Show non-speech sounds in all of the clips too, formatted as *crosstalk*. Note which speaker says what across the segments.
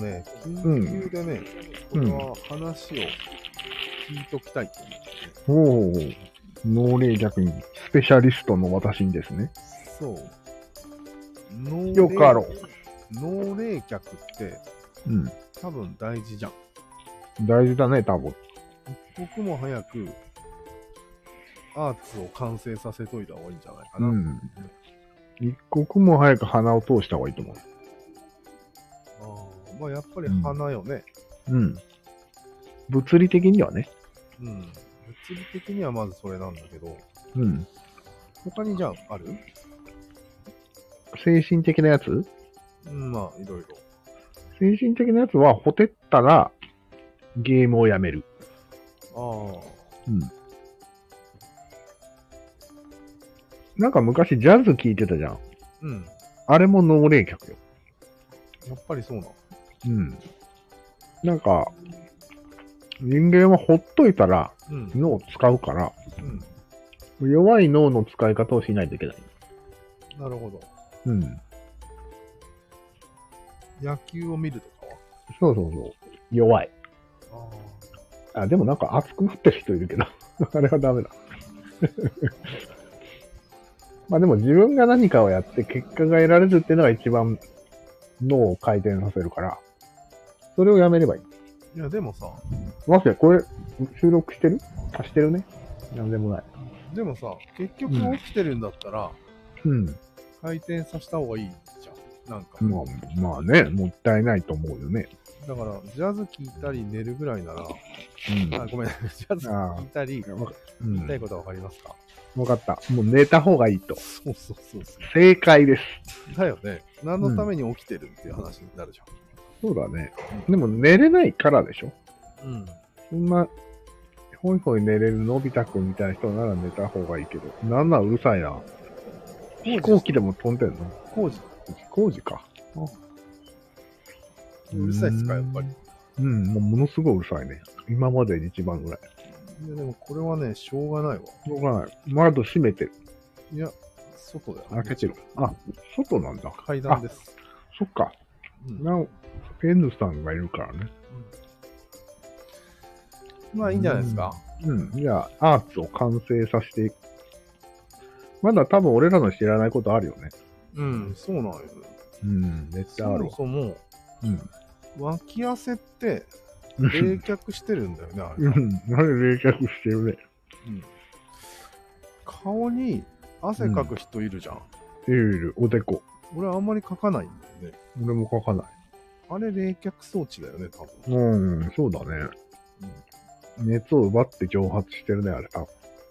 Speaker 1: ね、緊急でね、
Speaker 2: うん
Speaker 1: 僕は話を聞いときたいと思って、
Speaker 2: おおー、脳霊逆にスペシャリストの私にですね。
Speaker 1: そう。脳
Speaker 2: よかろ
Speaker 1: 脳冷却って
Speaker 2: う。うん。
Speaker 1: 多分大事じゃん。
Speaker 2: 大事だね、多分。
Speaker 1: 一刻も早くアーツを完成させといた方がいいんじゃないか
Speaker 2: う
Speaker 1: な。
Speaker 2: ん。一刻も早く鼻を通した方がいいと思
Speaker 1: あーまあやっぱり花よね。
Speaker 2: う。うん。物理的にはね。
Speaker 1: うん。物理的にはまずそれなんだけど、
Speaker 2: うん。
Speaker 1: 他にじゃあある
Speaker 2: 精神的なやつ
Speaker 1: うん、まあいろいろ。
Speaker 2: 精神的なやつは、ほてったら、ゲームをやめる。
Speaker 1: あ
Speaker 2: うん。なんか昔ジャズ聴いてたじゃん。
Speaker 1: あ、うん。
Speaker 2: あれも脳霊客よ。
Speaker 1: やっぱりそうなの。
Speaker 2: うん。なんか、人間はほっといたら
Speaker 1: うん。
Speaker 2: 脳を使うから、
Speaker 1: うん。
Speaker 2: 弱い脳の使い方をしないといけない。
Speaker 1: なるほど。
Speaker 2: うん。
Speaker 1: 野球を見るとか
Speaker 2: そうそうそう。弱い。
Speaker 1: はああ。
Speaker 2: あ、でもなんか熱くなってる人いるけど、 *laughs* あれはダメだ。 *laughs* まあでも自分が何かをやって結果が得られるっていうのが一番脳を回転させるから、それをやめればいい。
Speaker 1: いや、でもさ、
Speaker 2: マスヤ、これ収録してるあ、してるね。なんでもない。
Speaker 1: でもさ、結局起きてるんだったら、
Speaker 2: うん。
Speaker 1: 回転させた方がいいじゃん。なんか、
Speaker 2: まあ、まあね、もったいないと思うよね。
Speaker 1: だから、ジャズ聴いたり寝るぐらいなら、
Speaker 2: うん。
Speaker 1: あ、ごめん、 *laughs* ジャズ聴いたり、
Speaker 2: わか
Speaker 1: 言
Speaker 2: うん
Speaker 1: いたいことはわかりますか、
Speaker 2: わかった。もう寝た方がいいと。
Speaker 1: そうそうそうそ
Speaker 2: 正解です。
Speaker 1: う。だよね。何のために起きてるっていう話になるじ
Speaker 2: そうだね。でも寝れないからでしょ
Speaker 1: ゃん。うん。
Speaker 2: そんな、ほいほい寝れるのび太くんみたいな人なら寝た方がいいけど、なんならうるさいな。飛行機でも飛んでんの
Speaker 1: 工事、
Speaker 2: 飛行時か。
Speaker 1: うるさいっすか、やっぱり。
Speaker 2: うん、もうものすごいうるさいね。今までで一番ぐらい。
Speaker 1: いや、でもこれはね、しょうがないわ。
Speaker 2: しょうがない。窓閉めてる。
Speaker 1: いや、外だよ。
Speaker 2: 開けてる。あ、外なんだ。
Speaker 1: 階段です。
Speaker 2: そっか。
Speaker 1: うん
Speaker 2: なお、ペンヌさんがいるからね。
Speaker 1: まあいいんじゃないですか。
Speaker 2: うん。じゃあ、アーツを完成させていく。まだ多分俺らの知らないことあるよね。
Speaker 1: うん、そうなんよ。
Speaker 2: うん、めっち
Speaker 1: そ
Speaker 2: ゃある
Speaker 1: も
Speaker 2: わ。
Speaker 1: そも、
Speaker 2: うん。
Speaker 1: 脇汗
Speaker 2: *laughs*
Speaker 1: って *laughs*
Speaker 2: う
Speaker 1: 冷
Speaker 2: ん
Speaker 1: 却してるんだよね、あれ。
Speaker 2: うん。あれ冷却してるね。
Speaker 1: うん顔に汗かく人いるじゃん。
Speaker 2: いるいる、おでこ。
Speaker 1: 俺あんまりかかないんだよね。
Speaker 2: 俺も書かない。
Speaker 1: あれ冷却装置だよね、多分。
Speaker 2: うん、そうだね。熱を奪って蒸発してるね、あれ多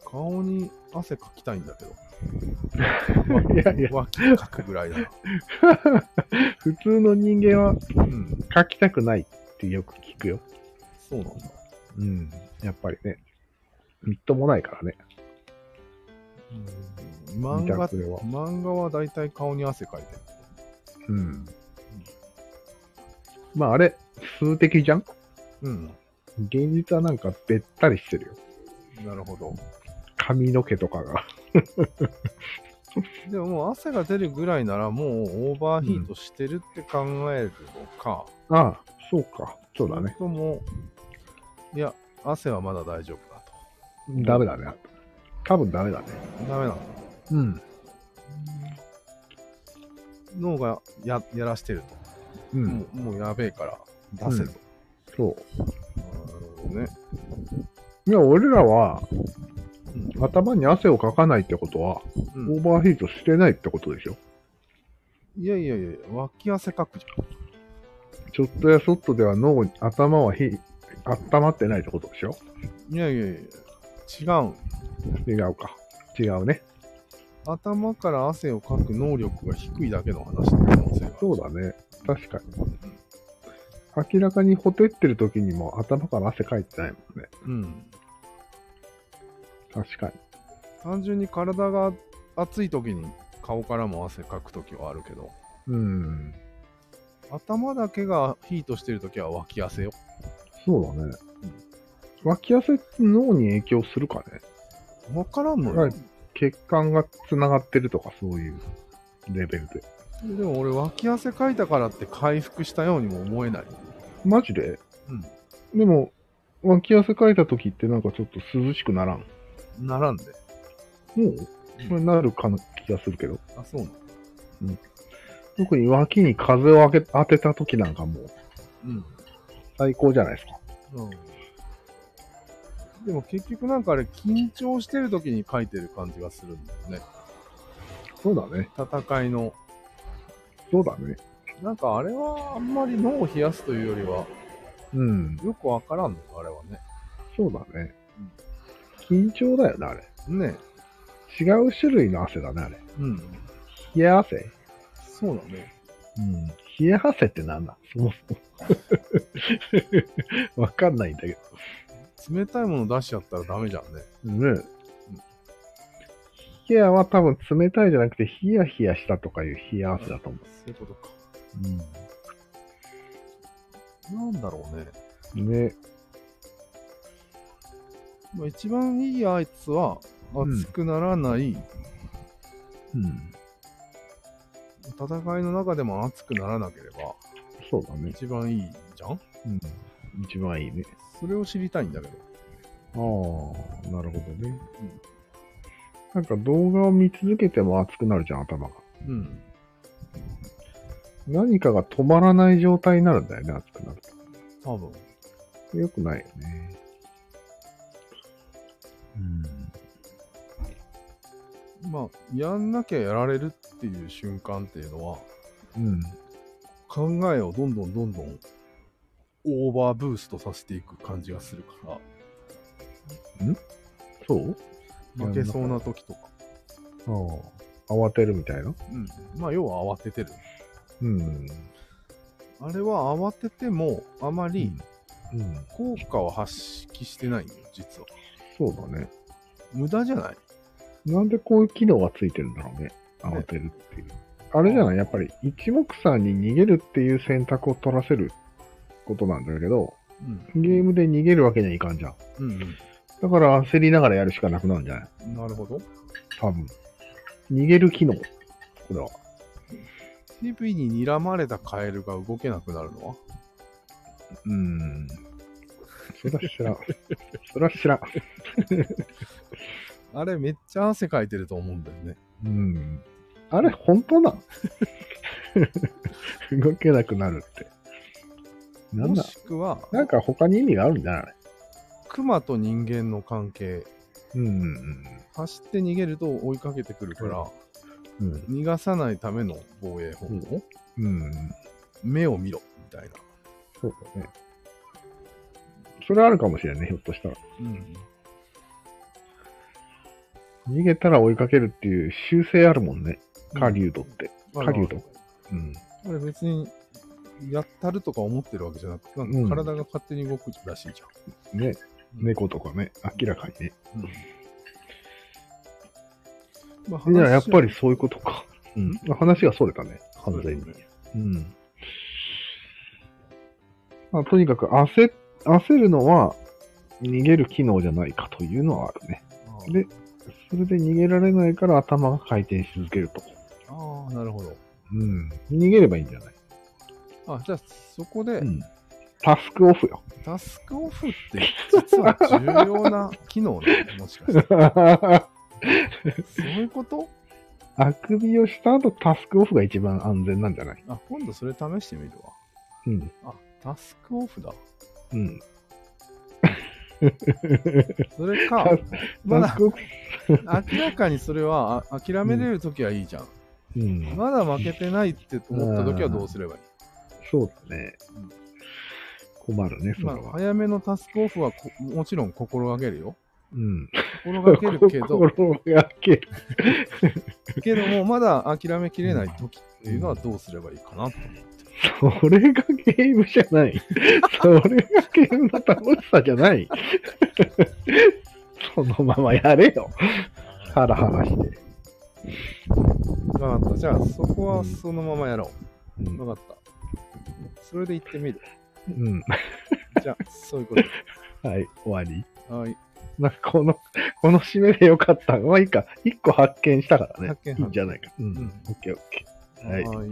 Speaker 1: 顔に汗かきたいんだけど。
Speaker 2: 分。 *laughs* いやいや、
Speaker 1: 脇かくぐらいだな。
Speaker 2: 普通の人間は
Speaker 1: うん、
Speaker 2: 書きたくないってよく聞くよ。
Speaker 1: そうなんだ。
Speaker 2: うん、やっぱりね。みっともないからね。
Speaker 1: うん漫画
Speaker 2: 見たそれは
Speaker 1: 漫画はだいたい顔に汗かいてる。
Speaker 2: うん。まああれ、数的じゃん
Speaker 1: うん、
Speaker 2: 現実はなんかべったりしてるよ。
Speaker 1: なるほど。
Speaker 2: 髪の毛とかが。
Speaker 1: でももう汗が出るぐらいならもうオーバーヒートしてるって考えるのか、
Speaker 2: ああ、そうか。そうだね。
Speaker 1: とも、いや、汗はまだ大丈夫だ
Speaker 2: ダメだね。多分ダメだね。
Speaker 1: と。ダメなの。
Speaker 2: うん。
Speaker 1: 脳がややらしてる
Speaker 2: う
Speaker 1: と。
Speaker 2: ん。
Speaker 1: もうもうやべえから出せと。
Speaker 2: そう。
Speaker 1: なるほどね。
Speaker 2: いや、俺らは
Speaker 1: うん、
Speaker 2: 頭に汗をかかないってことは、
Speaker 1: うん
Speaker 2: オーバーヒートしてないってことでしょ。
Speaker 1: いやいやいや、脇汗かくじゃん。
Speaker 2: ちょっとやそっとでは脳に、頭はひ、温まってないってことでしょ。
Speaker 1: いやいやいや、違うん。
Speaker 2: 違うか。違うね。
Speaker 1: 頭から汗をかく能力が低いだけの話の可能性がある。
Speaker 2: そうだね。確かに。明らかにほてってる時にも頭から汗かいてないもんね。
Speaker 1: うん。
Speaker 2: 確かに。
Speaker 1: 単純に体が熱い時に顔からも汗かく時はあるけど、
Speaker 2: うん。
Speaker 1: 頭だけがヒートしてる時は脇汗よ。
Speaker 2: そうだね。脇汗って脳に影響するかね。
Speaker 1: わからんのよ。
Speaker 2: はい血管が繋がってるとかそういうレベルで。
Speaker 1: でも俺脇汗かいたからって回復したようにも思えない。
Speaker 2: マジで
Speaker 1: うん。
Speaker 2: でも、脇汗かいた時ってなんかちょっと涼しくならん。
Speaker 1: ならんで。
Speaker 2: もうそれなるかの気がするけど。
Speaker 1: あ、そうなの
Speaker 2: 特に脇に風を当て当てた時なんかもう
Speaker 1: うん。
Speaker 2: 最高じゃないですか。
Speaker 1: うんでも結局なんかあれ緊張してる時に書いてる感じがするんだよね。
Speaker 2: そうだね。
Speaker 1: 戦いの。
Speaker 2: そうだね。
Speaker 1: なんかあれはあんまり脳を冷やすというよりは、
Speaker 2: うん。
Speaker 1: よくわからんのか、あれはね。
Speaker 2: そうだね。緊張だよね、あれ。
Speaker 1: ね
Speaker 2: 違う種類の汗だね、あれ。
Speaker 1: え。うん。
Speaker 2: 冷え汗
Speaker 1: そうだね。
Speaker 2: うん。冷え汗ってなんだそもそも。わ *laughs* かんないんだけ
Speaker 1: 冷たいもの出しちゃったらダメじゃんね。
Speaker 2: ど。ねえ。冷えは多分冷たいじゃなくて、ヒヤヒヤしたとかいう冷え汗だと思
Speaker 1: そういうことか。
Speaker 2: う。うん。
Speaker 1: なんだろうね。
Speaker 2: ね。
Speaker 1: まあ、一番いいあいつは、
Speaker 2: うん
Speaker 1: 熱くならない、
Speaker 2: うん。
Speaker 1: 戦いの中でも熱くならなければ、
Speaker 2: そうだね。
Speaker 1: 一番いいじゃん
Speaker 2: うん。一番いいね。
Speaker 1: それを知りたいんだけど。
Speaker 2: ああ、なるほどね。なんか動画を見続けても熱くなるじゃん、頭が。
Speaker 1: うん。
Speaker 2: 何かが止まらない状態になるんだよね、熱くなる
Speaker 1: 多分。
Speaker 2: と。よくないよね。うん。
Speaker 1: まあ、やんなきゃやられるっていう瞬間っていうのは、
Speaker 2: うん。
Speaker 1: 考えをどんどんどんどんオーバーブーストさせていく感じがするか
Speaker 2: そう
Speaker 1: ら、負けそうな時とか。
Speaker 2: ああ。慌てるみたいな。
Speaker 1: うん。まあ、要は慌ててる。
Speaker 2: うん。
Speaker 1: あれは慌てても、あまり
Speaker 2: うん。
Speaker 1: 効果を発揮してないよ、実は。
Speaker 2: そうだね。
Speaker 1: 無駄じゃない
Speaker 2: なんでこういう機能がついてるんだろうね。慌てるっていう。あれじゃないやっぱり一目散に逃げるっていう選択を取らせることなんだけど、
Speaker 1: うん。
Speaker 2: ゲームで逃げるわけにはいかんじゃん。
Speaker 1: うん、
Speaker 2: だから焦りながらやるしかなくなるんじゃない
Speaker 1: うん。なるほど。
Speaker 2: 多分。逃げる機能。これは。
Speaker 1: TV に睨まれたカエルが動けなくなるのは
Speaker 2: うーん。それは
Speaker 1: *laughs*
Speaker 2: 知らん。それは知らん。
Speaker 1: あれめっちゃ汗かいてると思うんだよね。
Speaker 2: うん。あれ、本当なん *laughs* 動けなくなるって。なん
Speaker 1: も
Speaker 2: だ
Speaker 1: しくは、
Speaker 2: なんか他に意味があるんじゃない
Speaker 1: 熊と人間の関係。
Speaker 2: うんうん
Speaker 1: 走って逃げると追いかけてくるから、
Speaker 2: うん。うん。
Speaker 1: 逃がさないための防衛方法、
Speaker 2: うん。
Speaker 1: 目を見ろみたいな、
Speaker 2: そうだね。それあるかもしれない、ひょっとしたら。逃げたら追いかけるっていう習性あるもんね。狩人って。狩人。うん。
Speaker 1: あれ別にやったるとか思ってるわけじゃなくてなん
Speaker 2: うん
Speaker 1: か体が勝手に動くらしいじ
Speaker 2: ね。
Speaker 1: ゃん、
Speaker 2: 猫とかね、明らかにね。
Speaker 1: うん、まあ
Speaker 2: いや、やっぱり
Speaker 1: 話
Speaker 2: そういうことか。うん。話がそれたね、
Speaker 1: は
Speaker 2: 完全に。
Speaker 1: そうだよね
Speaker 2: うん。まあ、とにかく焦、焦るのは逃げる機能じゃないかというのはあるね。
Speaker 1: ああ
Speaker 2: で、それで逃げられないから頭が回転し続けると。
Speaker 1: ああなるほど
Speaker 2: うん。逃げればいいんじゃない
Speaker 1: あじゃあそこで、
Speaker 2: うん。タスクオフよ。 *laughs*
Speaker 1: タスクオフって実は重要な機能なのもしかして
Speaker 2: *laughs*
Speaker 1: そういうこと
Speaker 2: あくびをした後、タスクオフが一番安全なんじゃない
Speaker 1: あ今度それ試してみるわ
Speaker 2: うん。
Speaker 1: あタスクオフだ
Speaker 2: うん。
Speaker 1: それか *laughs* ま
Speaker 2: タス
Speaker 1: だ
Speaker 2: クオフ。
Speaker 1: 明らかにそれはあ諦めれる時はいいじゃん、
Speaker 2: うん。
Speaker 1: まだ負けてないって思った時はどうすればいい、
Speaker 2: そうだね
Speaker 1: うん。
Speaker 2: 困るね、それ
Speaker 1: ま
Speaker 2: は。
Speaker 1: あ、早めのタスクオフはこもちろん心がけるよ
Speaker 2: うん。
Speaker 1: 心がけるけど
Speaker 2: *laughs* 心がける。
Speaker 1: けどもまだ諦めきれない時っていうのはどうすればいいかなと
Speaker 2: それがゲームじゃない。それがゲームの楽しさじゃない。 *laughs* そのままやれよ。ハラハラして。
Speaker 1: 分かったじゃあそこはそのままやろ
Speaker 2: う
Speaker 1: う分
Speaker 2: ん。
Speaker 1: かったそれで行ってみる
Speaker 2: うん
Speaker 1: じゃあそういうこと
Speaker 2: はい、終わり。
Speaker 1: で
Speaker 2: *laughs*
Speaker 1: はい
Speaker 2: なんかこの、この締めでよかった。まあいいか。一個発見したからね。
Speaker 1: 発見
Speaker 2: いいんじゃないか。うん
Speaker 1: うん。
Speaker 2: オッケーオッケー。はい
Speaker 1: はい